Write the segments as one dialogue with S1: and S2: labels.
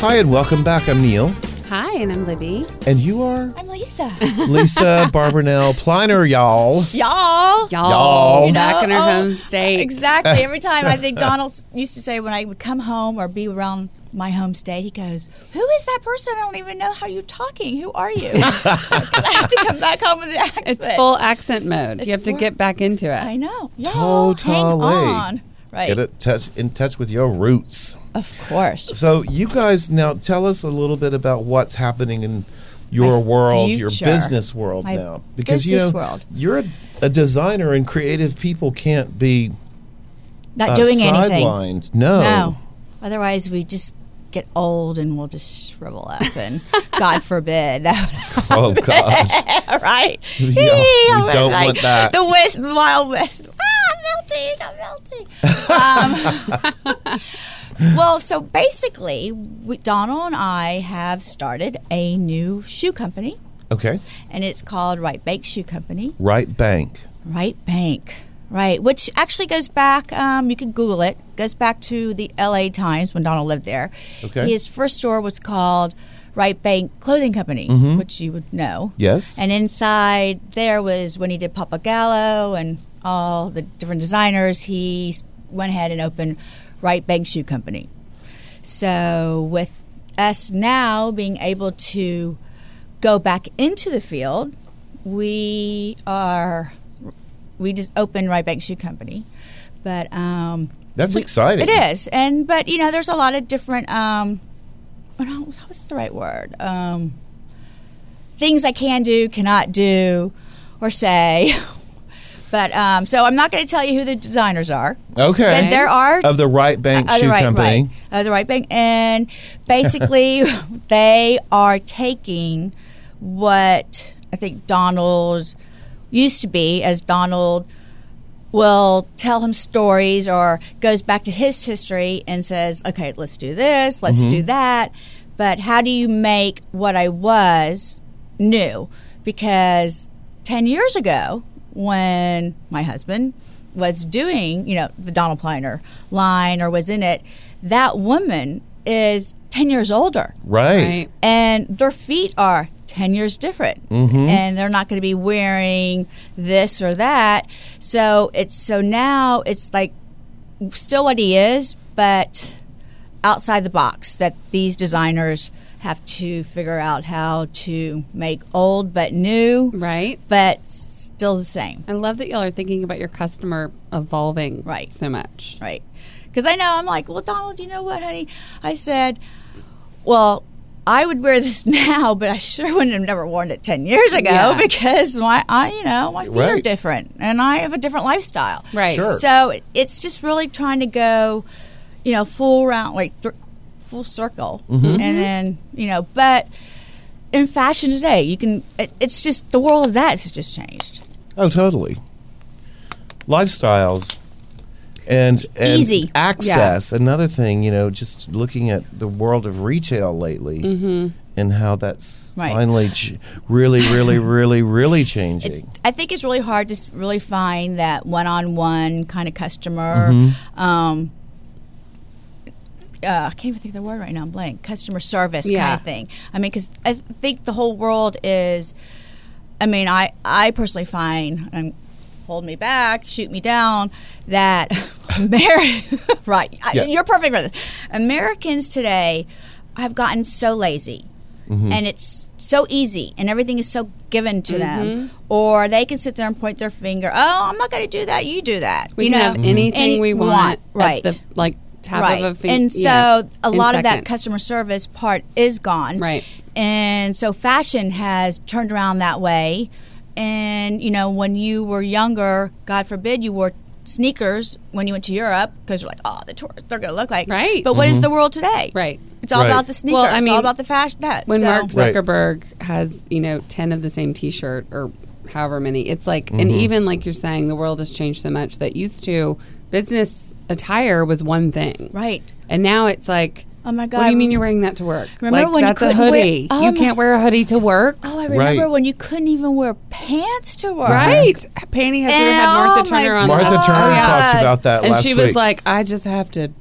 S1: Hi, and welcome back. I'm Neil,
S2: Hi, and I'm Libby.
S1: and you are
S3: I'm Lisa.
S1: Lisa Barbernell Pliner, y'all.
S3: Y'all.
S1: Y'all.
S2: Y'all back in our
S3: Oh,
S2: home state.
S3: Exactly. Every time I think Donald used to say when I would come home or be around my home state, he goes, Who is that person? I don't even know how you're talking. Who are you? 'Cause I have to come back home with an accent.
S2: It's full accent mode.
S3: It's
S2: you have to
S3: full-
S2: get back into it.
S3: I know. Y'all,
S1: Totally.
S3: Hang on. Right.
S1: Get it touch, in touch with your roots.
S3: Of course.
S1: So, you guys, now tell us a little bit about what's happening in your
S3: My
S1: world, your
S3: future.
S1: business world
S3: My
S1: now, because you know
S3: business world.
S1: you're a, a designer, and creative people can't be
S3: Not
S1: uh,
S3: doing anything.
S1: sidelined. No.
S3: No. Otherwise, we just get old and we'll just shrivel up and God forbid.
S1: Oh God.
S3: right?
S1: Yeah,
S3: Hee,
S1: we
S3: I was
S1: don't want that.
S3: The West, Wild West. Ah, I'm melting, I'm melting. Um, well, so basically, we, Donald and I have started a new shoe company,
S1: Okay.
S3: and it's called Right Bank Shoe Company.
S1: Right bank.
S3: Right Bank. Right, which actually goes back, um, you can Google it, goes back to the LA Times when Donald lived there.
S1: Okay.
S3: His first store was called Right Bank Clothing Company, which you would know.
S1: Mm-hmm. Yes.
S3: And inside there was when he did Papa Gallo and all the different designers, he s- went ahead and opened Right Bank Shoe Company. So with us now being able to go back into the field, we are we just opened Right Bank Shoe Company, but um,
S1: That's exciting.
S3: it is. And but you know, there's a lot of different. Um, what else- what's the right word? Um, things I can do, cannot do, or say. but um, so I'm not going to tell you who the designers are.
S1: Okay.
S3: But there are
S1: of the Right Bank
S3: uh,
S1: Shoe
S3: the right,
S1: Company.
S3: right, uh, the right bank, and basically they are taking what I think Donald used to be, as Donald will tell him stories or goes back to his history and says, "Okay, let's do this, let's do that," but how do you make what I was new? Because ten years ago, when my husband was doing, you know, the Donald Pliner line or was in it, that woman is 10 years older
S1: Right.
S2: Right.
S3: and their feet are 10 years different and they're not going to be wearing this or that. So it's so now it's like still what he is, but outside the box that these designers have to figure out how to make old but new,
S2: Right?
S3: but still the same.
S2: I love that y'all are thinking about your customer evolving
S3: Right.
S2: so much.
S3: Right. Because I know I'm like, well, Donald, you know what, honey? I said, well, I would wear this now, but I sure wouldn't have never worn it ten years ago
S2: Yeah.
S3: because my, I, you know, my feet are
S1: Right.
S3: different and I have a different lifestyle.
S2: Right.
S1: Sure.
S3: So it's just really trying to go, you know, full round, like th- full circle,
S1: Mm-hmm.
S2: Mm-hmm.
S3: and then you know, but. In fashion today, you can. It, it's just the world of that has just changed.
S1: Oh, totally. Lifestyles and, and
S3: Easy.
S1: access. Another thing, you know, just looking at the world of retail lately
S3: Mm-hmm.
S1: and how that's
S3: Right.
S1: finally ch- really, really, really, really changing.
S3: It's, I think it's really hard to s- really find that one-on-one kind of customer. Um, uh, I can't even think of the word right now. I'm blank. Customer service kind
S2: Yeah.
S3: of thing. I mean, because I th- think the whole world is. I mean, I I personally find and hold me back, shoot me down. That America, right? I-
S1: Yeah.
S3: you're perfect for this. Americans today have gotten so lazy and it's so easy and everything is so given to them
S2: Mm-hmm.
S3: or they can sit there and point their finger oh i'm not going to do that you do that
S2: We
S3: you
S2: can
S3: know
S2: have anything
S3: Any-
S2: we want. at
S3: right
S2: the, like tap
S3: right
S2: of a finger.
S3: and so a lot of that customer service part is gone
S2: Right.
S3: and so fashion has turned around that way and you know when you were younger god forbid you wore sneakers when you went to europe because you're like oh the tourists they're going to look like
S2: Right.
S3: but what is the world today
S2: Right.
S3: it's all
S1: Mm-hmm. Right.
S3: about the sneakers
S2: Well, I
S3: it's
S2: mean,
S3: all about the fashion that
S2: when
S3: so-
S2: Mark
S1: Right.
S2: Zuckerberg has you know ten of the same T-shirt or however many, it's like and even like you're saying, the world has changed so much that used to business attire was one thing,
S3: Right.
S2: And now it's like,
S3: Oh my
S2: what do
S3: God.
S2: you mean you're wearing that to work?
S3: Remember
S2: like
S3: when you
S2: that's a
S3: couldn't wear-
S2: hoodie?
S3: Oh
S2: you
S3: my-
S2: can't wear a hoodie to work,
S3: Oh, I remember
S1: Right.
S3: when you couldn't even wear pants to work.
S2: right? Panty had,
S3: And
S2: had Martha
S3: oh my
S2: Turner on.
S1: Martha
S2: last-
S1: Turner
S2: Oh, yeah.
S1: talked about that
S2: and
S1: last
S2: she
S1: week.
S2: was like, I just have to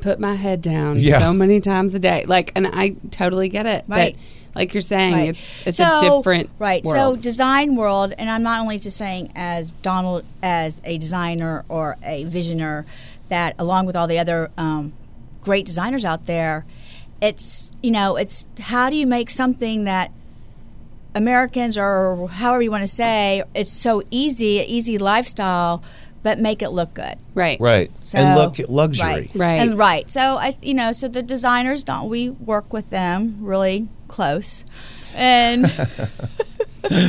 S2: put my head down
S1: Yeah.
S2: so many times a day. Like, and I totally get it. but
S3: Right.
S2: like you're saying,
S3: Right.
S2: it's it's a
S3: So-
S2: different
S3: right.
S2: World.
S3: So design world, and I'm not only just saying as Donald as a designer or a visioner, that along with all the other um, great designers out there, it's you know it's how do you make something that Americans or however you want to say it's so easy, easy lifestyle, but make it look good.
S2: right.
S1: Right.
S3: So,
S1: and look luxury.
S3: Right.
S2: Right.
S3: And right. So I you know, so the designers don't we work with them really close. And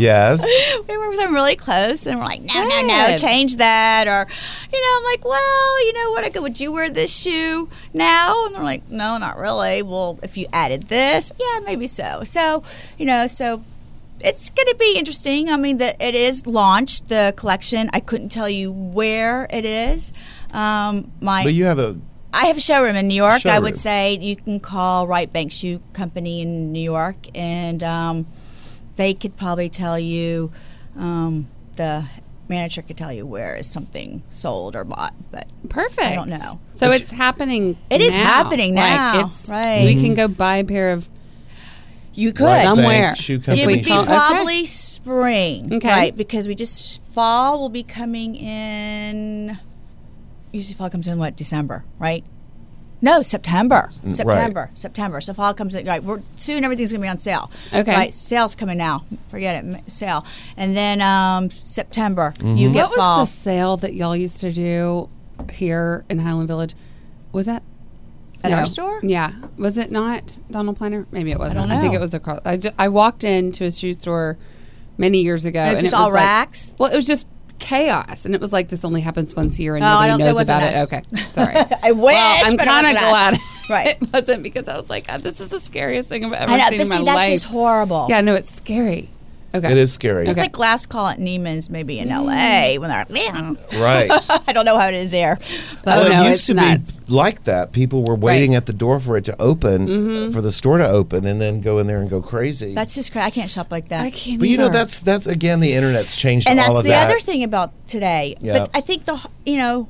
S1: Yes.
S3: we work with them really close and we're like, no, no, no,
S2: Good.
S3: change that or you know, I'm like, Well, you know what, I could would you wear this shoe now? And they're like, No, not really. Well, if you added this, yeah, maybe so. So, you know, so it's going to be interesting. I mean, the, it is launched the collection. I couldn't tell you where it is. Um, my
S1: But you have a
S3: I have a showroom in New York. I
S1: Showroom.
S3: would say you can call Right Bank Shoe Company in New York, and um, they could probably tell you. Um, the manager could tell you where is something sold or bought, but
S2: Perfect.
S3: I don't know.
S2: So it's happening.
S3: It is
S2: now.
S3: happening
S2: Like,
S3: now.
S2: it's,
S3: Right.
S2: We can go buy a pair of
S3: you could.
S1: Right Bank
S2: somewhere.
S1: Shoe
S2: If
S1: Company
S3: it
S2: we
S3: would be
S2: call-
S1: shop.
S2: Okay.
S3: probably spring,
S2: Okay.
S3: right? Because we just fall will be coming in. Usually, fall comes in what December, right? No, September,
S1: right.
S3: September, September. So fall comes in right. We're, soon everything's going to be on sale.
S2: Okay.
S3: right? Sales coming now. Forget it, m- sale. And then um, September, you get
S2: what
S3: fall.
S2: was the sale that y'all used to do here in Highland Village? Was that
S3: At our store?
S2: Yeah, was it not Donald Planner? Maybe it wasn't. I,
S3: don't
S2: think
S3: know.
S2: it was across. I, ju- I walked into a shoe store many years ago.
S3: And it was just all
S2: like-
S3: racks?
S2: well, it was just chaos, and it was like this only happens once a year, and
S3: Oh,
S2: nobody
S3: I don't- it
S2: knows about
S3: wasn't
S2: it.
S3: us.
S2: Okay, sorry.
S3: I wish,
S2: Well, I'm
S3: but it
S2: kind of
S3: wasn't us.
S2: glad.
S3: Right.
S2: it wasn't because I was like, God, this is the scariest thing I've ever
S3: I know,
S2: seen
S3: but
S2: in my
S3: see,
S2: life.
S3: that's just horrible.
S2: Yeah, no, it's scary. Okay, Mm.
S1: It is scary.
S3: It's like last call at Neiman's, maybe in L.A. when they're
S1: Right.
S3: I don't know how it is there, but
S2: Oh,
S1: well,
S2: no,
S1: it
S2: it's
S1: used to
S2: nuts.
S1: be like that. People were waiting
S2: Right.
S1: at the door for it to open, for the store to open, and then go in there and go crazy.
S3: Mm-hmm. that's just crazy. I can't shop like that.
S2: I can't.
S1: but you know,
S2: either.
S1: that's that's again the internet's changed
S3: and
S1: all
S3: that's
S1: of
S3: the
S1: that.
S3: other thing about today.
S1: Yeah.
S3: But I think the you know,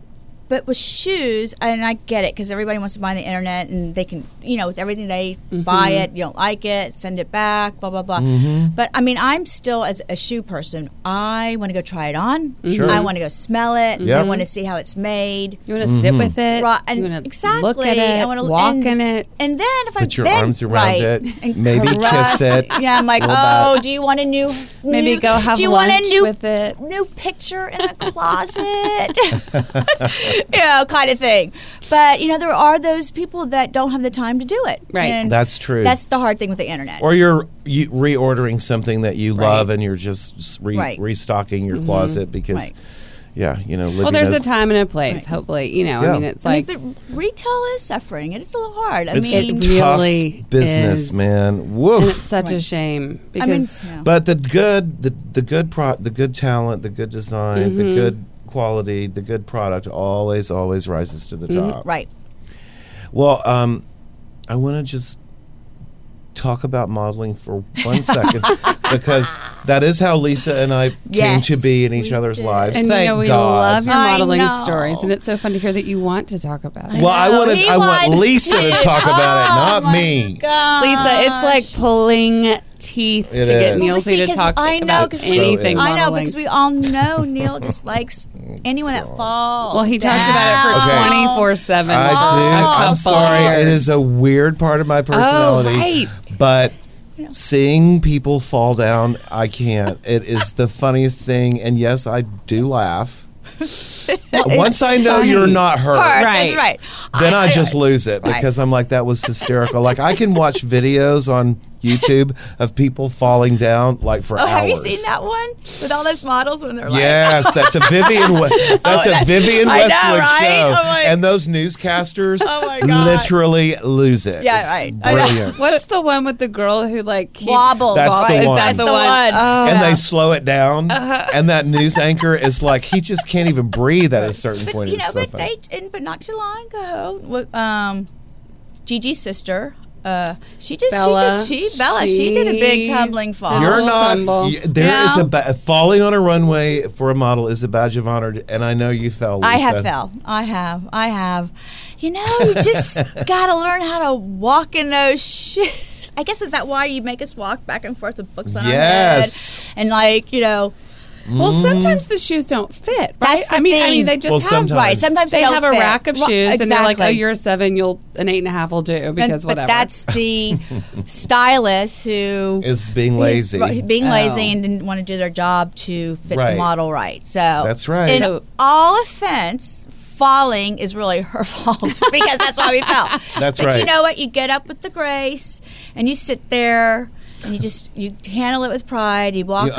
S3: but with shoes, and I get it because everybody wants to buy on the internet, and they can you know with everything they
S2: Mm-hmm.
S3: buy it, you don't like it, send it back, blah blah blah.
S1: Mm-hmm.
S3: But I mean, I'm still as a shoe person, I want to go try it on.
S1: Sure.
S3: I want to go smell it.
S1: Yeah.
S3: I want to see how it's made.
S2: You want to
S1: Mm-hmm.
S2: sit with it.
S3: Right, and
S2: you want to
S3: exactly.
S2: look at it.
S3: I wanna-
S2: walk
S3: and-
S2: in it.
S3: And then if I
S1: Put your
S3: then-
S1: arms around
S3: right,
S1: it,
S3: and
S1: maybe kiss
S3: caress-
S1: it.
S3: Yeah, I'm like,
S1: What about-
S3: oh, do you want a new?
S2: Maybe
S3: new-
S2: go have
S3: do you want
S2: lunch
S3: a new,
S2: with it.
S3: New picture in the closet, you know, kind of thing. But you know, there are those people that don't have the time to do it.
S2: Right.
S3: and
S1: That's true.
S3: That's the hard thing with the internet.
S1: or you're you, reordering something that you love, and you're just s- re-
S3: Right. Mm-hmm.
S1: restocking your closet because,
S3: Right.
S1: yeah, you know.
S2: Well,
S1: living
S2: there's a
S1: those-
S2: time and a place. Hopefully, you know.
S1: Yeah.
S2: I mean, it's
S3: I mean,
S2: like
S3: but retail is suffering. It is a little hard. I
S1: It's
S3: mean,
S2: It
S1: a tough
S2: really
S1: business,
S2: is.
S1: man.
S2: and it's
S1: Woof.
S2: such a shame
S3: I mean,
S2: because
S3: yeah.
S1: But the good, the, the good pro, the good talent, the good design,
S3: Mm-hmm.
S1: the good quality, the good product always, always rises to the top.
S3: right.
S1: Well, um, I want to just talk about modeling for one second because that is how Lisa and I came
S3: Yes,
S1: to be in each
S3: we
S1: other's
S3: did.
S1: lives.
S2: and
S1: Thank
S2: you know we
S1: God.
S2: love your
S3: I
S2: modeling
S3: know.
S2: stories, and it's so fun to hear that you want to talk about it.
S1: well, I
S3: No,
S1: want
S3: he
S1: I want
S3: wants
S1: Lisa to
S3: to.
S1: talk about
S3: Oh,
S1: it, not
S3: my
S1: me.
S3: God.
S2: Lisa, it's like pulling teeth
S1: It
S2: to get
S1: is.
S2: Neil
S3: Well,
S2: C
S3: see,
S2: to
S3: 'cause
S2: talk
S3: I know,
S2: about
S3: 'cause
S1: we-
S2: anything.
S1: So
S3: I know
S2: modeling.
S3: because we all know Neil dislikes anyone that falls.
S2: well, he talked about it for
S1: Okay.
S3: down.
S2: twenty four seven.
S1: I do. I'm sorry. It is a weird part of
S3: Oh,
S1: my personality.
S2: right.
S1: But seeing people fall down, I can't. It is the funniest thing. And yes, I do laugh. Once I know you're
S2: funny.
S1: not hurt,
S3: Hurt,
S2: Right.
S3: That's right.
S1: then I just lose it because I'm like, that was hysterical. like, I can watch videos on YouTube of people falling down like for
S3: Oh,
S1: hours.
S3: have you seen that one with all those models when they're
S1: Yes, that's a Vivian. We- That's a Vivian
S3: Oh, I know,
S1: Westwood
S3: right?
S1: show,
S3: I'm like-
S1: and those newscasters
S3: Oh my God.
S1: literally lose it.
S3: Yeah,
S1: It's
S3: right. I know.
S1: Brilliant.
S2: What's the one with the girl who like keeps
S3: like wobbles?
S1: That's the
S2: Is
S1: one.
S2: that the one? Oh.
S1: And they slow it down,
S3: Uh-huh.
S1: and that news anchor is like he just can't even breathe at a certain point.
S3: you
S1: It's so
S3: know, but
S1: funny.
S3: they and, but not too long ago, w- um, Gigi's sister Uh, she just,
S2: Bella,
S3: she just, she Bella, she, did a big
S2: she
S3: tumbling fall.
S2: did
S1: You're not.
S2: tumble.
S1: y- There
S3: No.
S1: is a ba- falling on a runway for a model is a badge of honor, and I know you fell.
S3: I
S1: Lisa.
S3: have fell. I have. I have. You know, you just gotta learn how to walk in those shoes. I guess is that why you make us walk back and forth with books on
S1: Yes.
S3: our head and like you know,
S2: Well, sometimes the shoes don't fit, right?
S3: That's the
S2: I mean, I
S3: thing.
S2: mean, they just
S1: Well,
S2: have
S1: sometimes.
S3: right? Sometimes
S2: they
S3: don't
S2: have a
S3: fit.
S2: rack of shoes,
S3: Right,
S2: and they're like, "Oh,
S3: exactly.
S2: you're a seven. You'll an eight and a half will do
S3: And-
S2: because
S3: but
S2: whatever."
S3: that's the stylist who
S1: Is being
S3: is
S1: lazy.
S3: ri- being
S2: Oh.
S3: lazy and didn't want to do their job to fit
S1: Right.
S3: the model right. So
S1: That's right.
S3: In
S2: So-
S3: all offense, falling is really her fault because that's why we fell.
S1: That's
S3: but
S1: right.
S3: you know what? You get up with the grace and you sit there. And you just you handle it with pride. You walk
S1: You own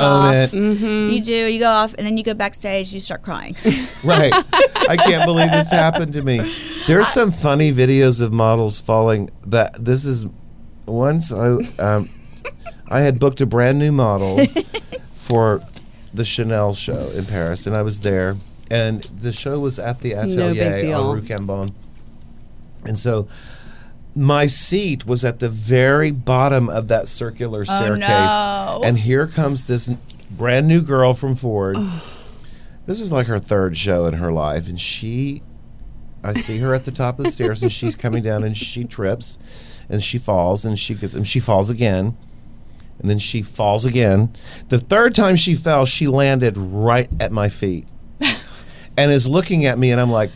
S1: it.
S3: off. You do. You go off, and then you go backstage. You start crying.
S1: Right. I can't believe this happened to me. There's some funny videos of models falling. That this is once I um, I had booked a brand new model for the Chanel show in Paris, and I was there, and the show was at the
S2: big
S1: Atelier
S2: deal.
S1: on Rue Cambon, and so. My seat was at the very bottom of that circular staircase,
S3: Oh, no.
S1: and here comes this n- brand new girl from Ford this is like her third show in her life and she i see her at the top of the stairs and she's coming down and she trips and she falls and she gets and she falls again and then she falls again the third time she fell she landed right at my feet and is looking at me and i'm like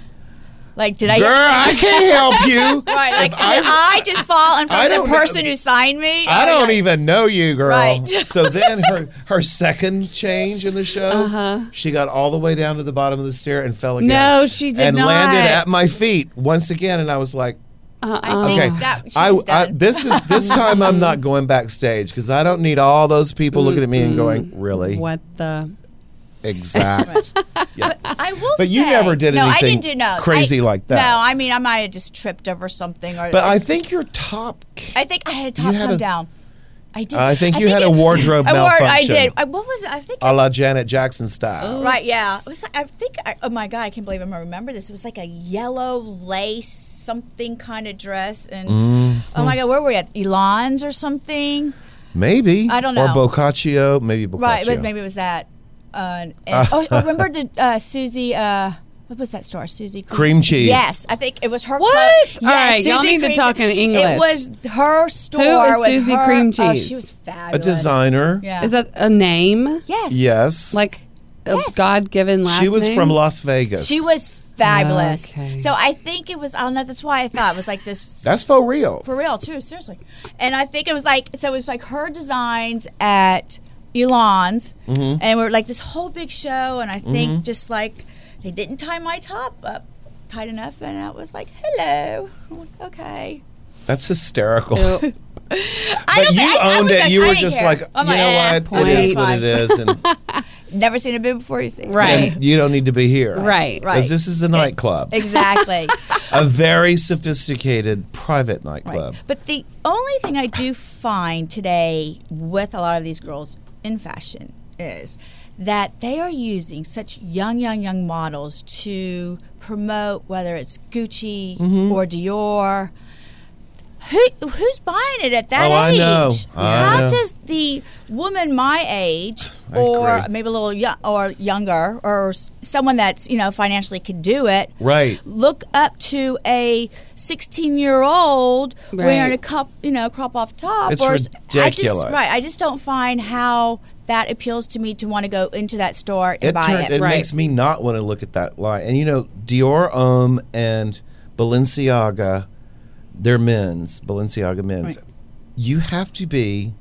S3: like, did I?
S1: girl i can't help you
S3: Right, like,
S1: If
S3: did I just fall in front
S1: I
S3: of
S1: don't
S3: the
S1: know-
S3: person who signed me?
S1: I don't e- even know you, girl.
S3: Oh Right.
S1: so then her her second change in the show,
S3: Uh-huh.
S1: she got all the way down to the bottom of the stair and fell again.
S2: No, she did
S1: and landed
S2: not.
S1: at my feet once again, and I was like,
S3: I think
S1: okay,
S3: that she's
S1: I, I-
S3: done.
S1: this is this time I'm not going backstage because I don't need all those people looking at me
S3: Mm-hmm.
S1: and going, really,
S2: what the
S1: exact. Yeah.
S3: I will.
S1: But you
S3: say-
S1: never did
S3: no, I
S1: anything
S3: didn't do, no,
S1: crazy
S3: I-
S1: like that.
S3: No, I mean I might have just tripped over something, or
S1: But I think your top.
S3: I think I had a top
S1: had
S3: come
S1: a-
S3: down. I did.
S1: I think you had a
S3: it-
S1: wardrobe
S3: I wore- I
S1: malfunction.
S3: did. I, what was it? I think.
S1: A la Janet Jackson style.
S3: right. Yeah. It was, I think. I, oh my god! I can't believe I'm gonna remember this. It was like a yellow lace something kind of dress, and oh
S1: Mm-hmm.
S3: my god, where were we at? Elon's or something.
S1: Maybe.
S3: I don't
S1: Or
S3: know.
S1: Boccaccio. Maybe Boccaccio.
S3: Right, but maybe it was that. Uh, and, oh, oh, remember the uh, Susie? Uh, what was that store? Susie
S1: Cream cheese.
S3: Yes, I think it was her.
S2: What?
S3: clo-
S2: All right, y'all
S3: Suzy
S2: need to
S3: Cream
S2: talk in
S3: Cheese.
S2: English.
S3: It was her store.
S2: is
S3: with
S2: Suzy
S3: her-
S2: Cream
S3: Oh,
S2: Cheese?
S3: she was
S1: A
S3: fabulous.
S1: designer.
S3: Yeah.
S2: is that a name?
S3: Yes.
S1: Yes.
S2: Like a
S3: Yes.
S2: God-given last
S1: she was
S2: name?
S1: from Las Vegas.
S3: She was fabulous.
S2: Okay.
S3: So I think it was. I don't know. That's why I thought it was like this
S1: That's for real.
S3: for real too. Seriously, and I think it was like so. It was like her designs at Elon's, and we are like this whole big show. And I think just like they didn't tie my top up tight enough, and I was like, "Hello, I'm like, okay."
S1: That's hysterical.
S2: Ew.
S3: I
S1: But
S3: don't
S1: you
S3: think- I- I
S1: owned
S3: was
S1: it. You
S3: I
S1: were
S3: didn't
S1: just
S3: care.
S1: like, you
S3: I'm
S1: know
S3: eh,
S1: what? It is
S2: point.
S1: what it is, and,
S3: Never seen a bib before you see. it.
S2: Right.
S1: and you don't need to be here,
S2: Right.
S3: Right.
S1: Because this is a nightclub,
S3: Exactly.
S1: a very sophisticated private nightclub.
S3: But the only thing I do find today with a lot of these girls in fashion is that they are using such young, young, young models to promote whether it's Gucci
S1: Mm-hmm.
S3: or Dior. Who, who's buying it at that
S1: Oh, I
S3: age?
S1: know. I
S3: How
S1: know.
S3: does the woman my age,
S1: I
S3: or
S1: agree.
S3: maybe a little young, or younger, or s- someone that's you know financially could do it,
S1: Right.
S3: look up to a 16 year old wearing
S2: Right.
S3: a cup, you know, crop off top.
S1: It's
S3: s-
S1: ridiculous.
S3: I just, right. I just don't find how that appeals to me to want to go into that store and
S1: It
S3: buy
S1: turned,
S3: it.
S1: it
S2: Right.
S1: makes me not want to look at that line. And you know, Dior Homme and Balenciaga, they're men's, Balenciaga men's. You have to be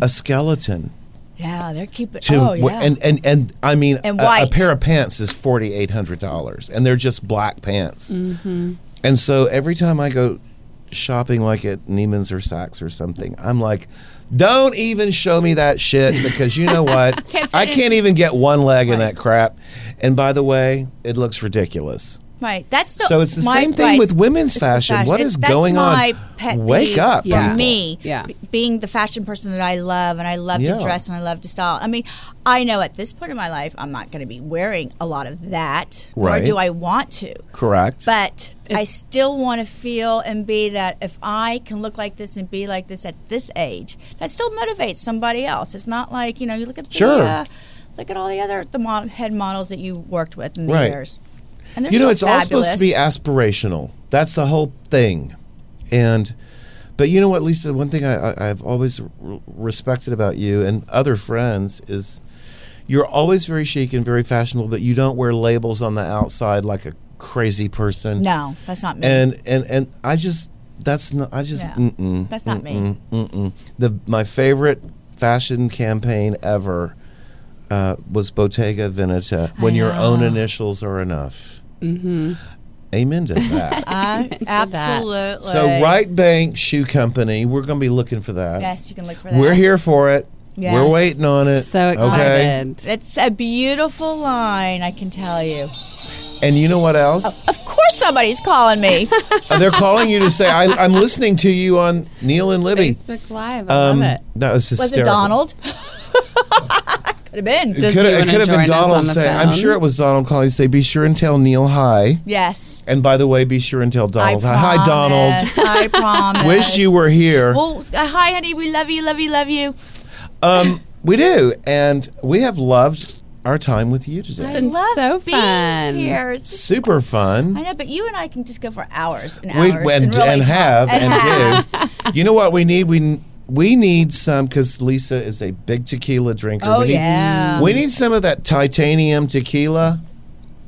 S1: a skeleton.
S3: Yeah, they're keeping.
S1: to
S3: oh
S1: wh-
S3: yeah.
S1: and and and I mean
S3: And
S1: a, a
S3: white.
S1: pair of pants is forty eight hundred dollars, and they're just black pants.
S3: Mm-hmm.
S1: And so every time I go shopping, like at Neiman's or Saks or something, I'm like, don't even show me that shit because you know what,
S3: Can't fit
S1: I
S3: in.
S1: can't even get one leg in that crap. And by the way, it looks ridiculous.
S3: Right. That's the
S1: So it's the
S3: my-
S1: same thing
S3: right.
S1: with women's
S3: It's the
S1: fashion. What
S3: It's-
S1: is
S3: that's
S1: going on?
S3: my pet
S1: Wake
S3: peeve
S1: up,
S3: for
S2: people.
S3: me.
S2: Yeah.
S3: b- Being the fashion person that I love and I love
S1: Yeah.
S3: to dress and I love to style. I mean, I know at this point in my life I'm not going to be wearing a lot of that,
S1: Right.
S3: nor do I want to.
S1: Correct.
S3: But I still want to feel and be that if I can look like this and be like this at this age, that still motivates somebody else. It's not like you know you look at the
S1: Sure.
S3: uh, look at all the other the mod- head models that you worked with in the
S1: Right.
S3: years. And they're
S1: you know,
S3: still
S1: it's all supposed to be
S3: fabulous.
S1: aspirational. That's the whole thing. And, but you know what, Lisa? One thing I, I, I've always r- respected about you and other friends is you're always very chic and very fashionable, but you don't wear labels on the outside like a crazy person.
S3: No, that's not me.
S1: And and and I just that's not. I just
S3: Yeah.
S1: mm-mm,
S3: That's not me.
S1: mm-mm, mm-mm. The my favorite fashion campaign ever uh, was Bottega Veneta. When your own initials are enough. Mm-hmm. Amen to that.
S3: I
S2: that.
S3: absolutely.
S1: so Right Bank Shoe Company, we're going to be looking for that.
S3: Yes, you can look for that.
S1: We're here for it. We're
S3: Yes.
S1: waiting on it.
S2: So
S1: Okay.
S2: excited.
S3: It's a beautiful line, I can tell you.
S1: And you know what else? Uh,
S3: Of course, somebody's calling me.
S1: They're calling you to say, I, I'm listening to you on Neil and Libby.
S2: Facebook Live. I
S1: Um,
S2: love it.
S1: That was
S3: Was
S1: hysterical.
S3: it Donald? Could have been.
S2: Does
S1: Coulda-
S2: you
S1: it
S2: wanna
S1: could have been
S2: join us on
S1: Donald
S2: the
S1: saying, I'm
S2: phone?
S1: sure it was Donald calling to say, be sure and tell Neil hi.
S3: yes.
S1: And by the way, be sure and tell
S3: I
S1: Donald hi. Hi, Donald.
S3: promise, I promise.
S1: Wish you were here.
S3: Well, s- hi, honey. We love you. Love you. Love you.
S1: Um, we do. And we have loved our time with you today.
S2: It's been
S3: Love
S2: so
S3: being
S2: fun.
S3: Here. It's just-
S1: Super fun.
S3: I know, but you and I can just go for hours and
S1: we
S3: hours
S1: and,
S3: really
S1: and
S3: talk.
S1: have
S3: And
S1: and, do. You know what we need? We we need some because Lisa is a big tequila drinker.
S3: Oh,
S1: we need,
S3: yeah.
S1: We need some of that titanium tequila.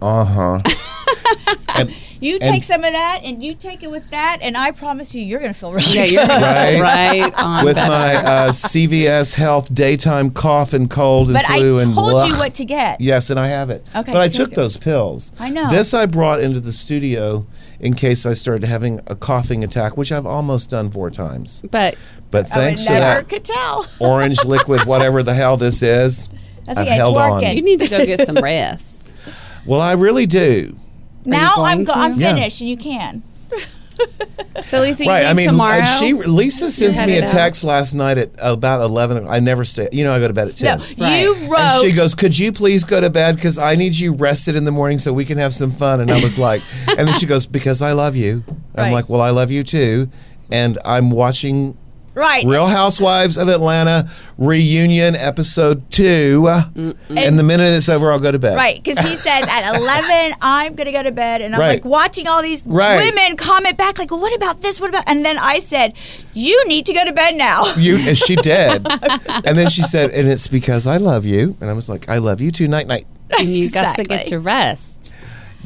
S1: Uh huh. and
S3: You take some of that, and you take it with that, and I promise you, you're going to feel really
S2: Yeah,
S3: good.
S2: you're
S1: Right?
S2: right, on.
S1: with
S2: that.
S1: my uh, CVS Health daytime cough and cold and
S3: But I
S1: flu
S3: told
S1: and
S3: you
S1: blah.
S3: what to get.
S1: Yes, and I have it.
S3: Okay,
S1: but I
S3: so
S1: took
S3: good.
S1: those pills.
S3: I know.
S1: This I brought into the studio in case I started having a coughing attack, which I've almost done four times.
S2: but
S1: But
S3: I
S1: thanks
S3: would
S1: to
S3: Oh, never
S1: that
S3: could tell.
S1: orange liquid, whatever the hell this is,
S3: I think
S1: I've
S3: it's
S1: held
S2: you
S1: on.
S3: working.
S2: need to go get some rest.
S1: Well, I really do.
S3: Now I'm
S2: going
S3: go-
S2: to?
S3: I'm
S1: Yeah.
S3: finished, and you can.
S2: So Lisa, you
S1: right.
S2: leave
S1: I mean,
S2: tomorrow.
S1: uh, she Lisa sends me
S2: headed
S1: a
S2: out?
S1: text last night at about eleven. o'clock. I never stay. You know, I go to bed at ten.
S3: No,
S2: Right.
S3: you
S2: And
S3: wrote.
S1: And she goes, "Could you please go to bed because I need you rested in the morning so we can have some fun." And I was like, and then she goes, "Because I love you." I'm
S3: Right.
S1: like, "Well, I love you too," and I'm watching
S3: right.
S1: Real Housewives of Atlanta reunion episode 2 and the minute it's over, I'll go to bed.
S3: Right, because he says at eleven I'm gonna go to bed, and I'm
S1: Right.
S3: like watching all these
S1: Right.
S3: women comment back like, well, "What about this? What about?" And then I said, "You need to go to bed now."
S1: You and she did, and then she said, "And it's because I love you." And I was like, "I love you too." Night, night.
S2: and you got to get
S3: Exactly.
S2: your rest.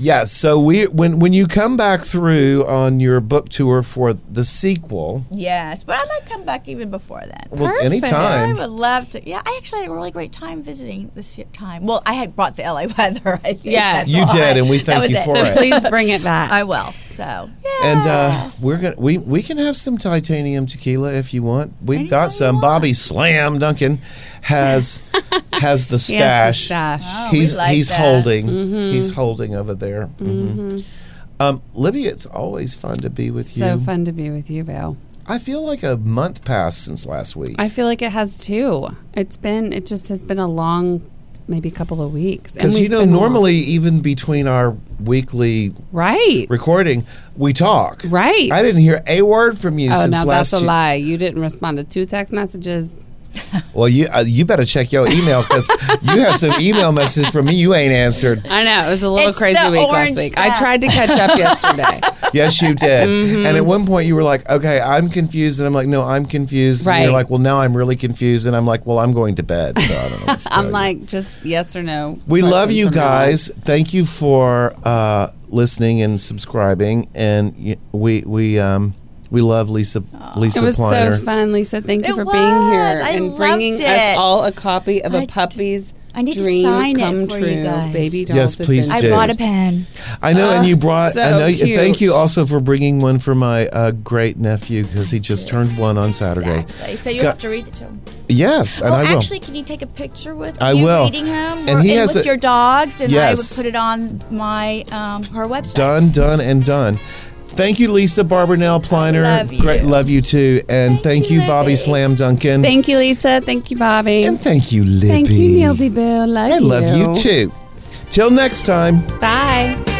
S1: Yeah, so we when when you come back through on your book tour for the sequel,
S3: Yes, but I might come back even before then.
S1: well,
S2: Perfect.
S3: I
S1: anytime.
S3: would love to. Yeah, I actually had a really great time visiting this year- time. Well, I had brought the LA weather. I think.
S2: Yes.
S3: That's
S1: You
S3: why.
S1: did, and we
S3: That
S1: thank
S3: was
S1: you
S3: it.
S1: for
S2: So
S1: Right.
S2: please bring it back.
S3: I will. So
S1: And uh,
S3: yes.
S1: we're gonna we we can have some titanium tequila if you want. We've
S3: Anytime
S1: got
S3: you
S1: some.
S3: want.
S1: Bobby Slam Duncan has has the stash.
S2: He has the stash. Mm-hmm.
S3: Oh, we
S1: he's
S3: like
S1: he's
S3: that.
S1: holding he's holding over there. hmm Um, Libby, it's always fun to be with
S2: so
S1: you.
S2: fun to be with you, Bill.
S1: I feel like a month passed since last week.
S2: I feel like it has too. It's been it just has been a long, maybe couple of weeks. And
S1: because you
S2: we've
S1: know,
S2: been long-
S1: normally even between our weekly
S2: right,
S1: recording, we talk.
S2: right.
S1: I didn't hear a word from you
S2: Oh,
S1: since
S2: now
S1: last
S2: that's a
S1: year.
S2: lie. You didn't respond to two text messages.
S1: Well, you uh, you better check your email because you have some email message from me you ain't answered.
S2: I know it was a little
S3: It's
S2: crazy
S3: the
S2: week last
S3: orange
S2: week. I
S3: stuff.
S2: tried to catch up yesterday.
S1: Yes, you did.
S2: Mm-hmm.
S1: And at one point you were like, "Okay, I'm confused," and I'm like, "No, I'm confused." And you're
S2: Right.
S1: like, "Well, now I'm really confused," and I'm like, "Well, I'm going to bed." So I don't know. What to tell
S2: I'm
S1: you.
S2: like, just yes or no.
S1: we love
S2: questions
S1: you
S2: from now on.
S1: guys. Thank you for uh, listening and subscribing, and y- we we um we love Lisa Lisa
S2: It was
S1: Pliner.
S2: so fun, Lisa. Thank you
S3: It
S2: for being here
S3: was. I
S2: and
S3: loved
S2: bringing us
S3: it.
S2: all a copy of a
S3: I d-
S2: puppy's
S3: I need
S2: dream
S3: to sign
S2: come
S3: it for
S2: true,
S3: you guys.
S2: baby dolls.
S1: Yes, please
S3: I
S2: Adventures.
S1: do.
S3: brought a pen.
S1: I know, and you brought. I
S2: so
S1: know. you- Thank you
S2: cute.
S1: also for bringing one for my uh, great nephew because he just turned one on Saturday.
S3: Exactly. So you
S1: Got-
S3: have to read it to him.
S1: Yes, and
S3: oh,
S1: I will.
S3: actually, can you take a picture with
S1: I
S3: you
S1: will.
S3: reading him
S1: And
S3: or-
S1: he has
S3: with
S1: a-
S3: your dogs? And
S1: Yes.
S3: I would put it on my um, her website.
S1: done, done, and done. Thank you, Lisa Barbanel Pliner.
S3: Love you.
S1: Great, love you too, and
S3: Thank
S1: thank, you,
S3: you,
S1: Bobby
S3: Libby.
S1: Slam Duncan,
S2: Thank you, Lisa. Thank you, Bobby.
S1: and thank you, Libby.
S2: Thank you, Nilsy Bill. Love
S1: I love you too. Till next time.
S2: Bye.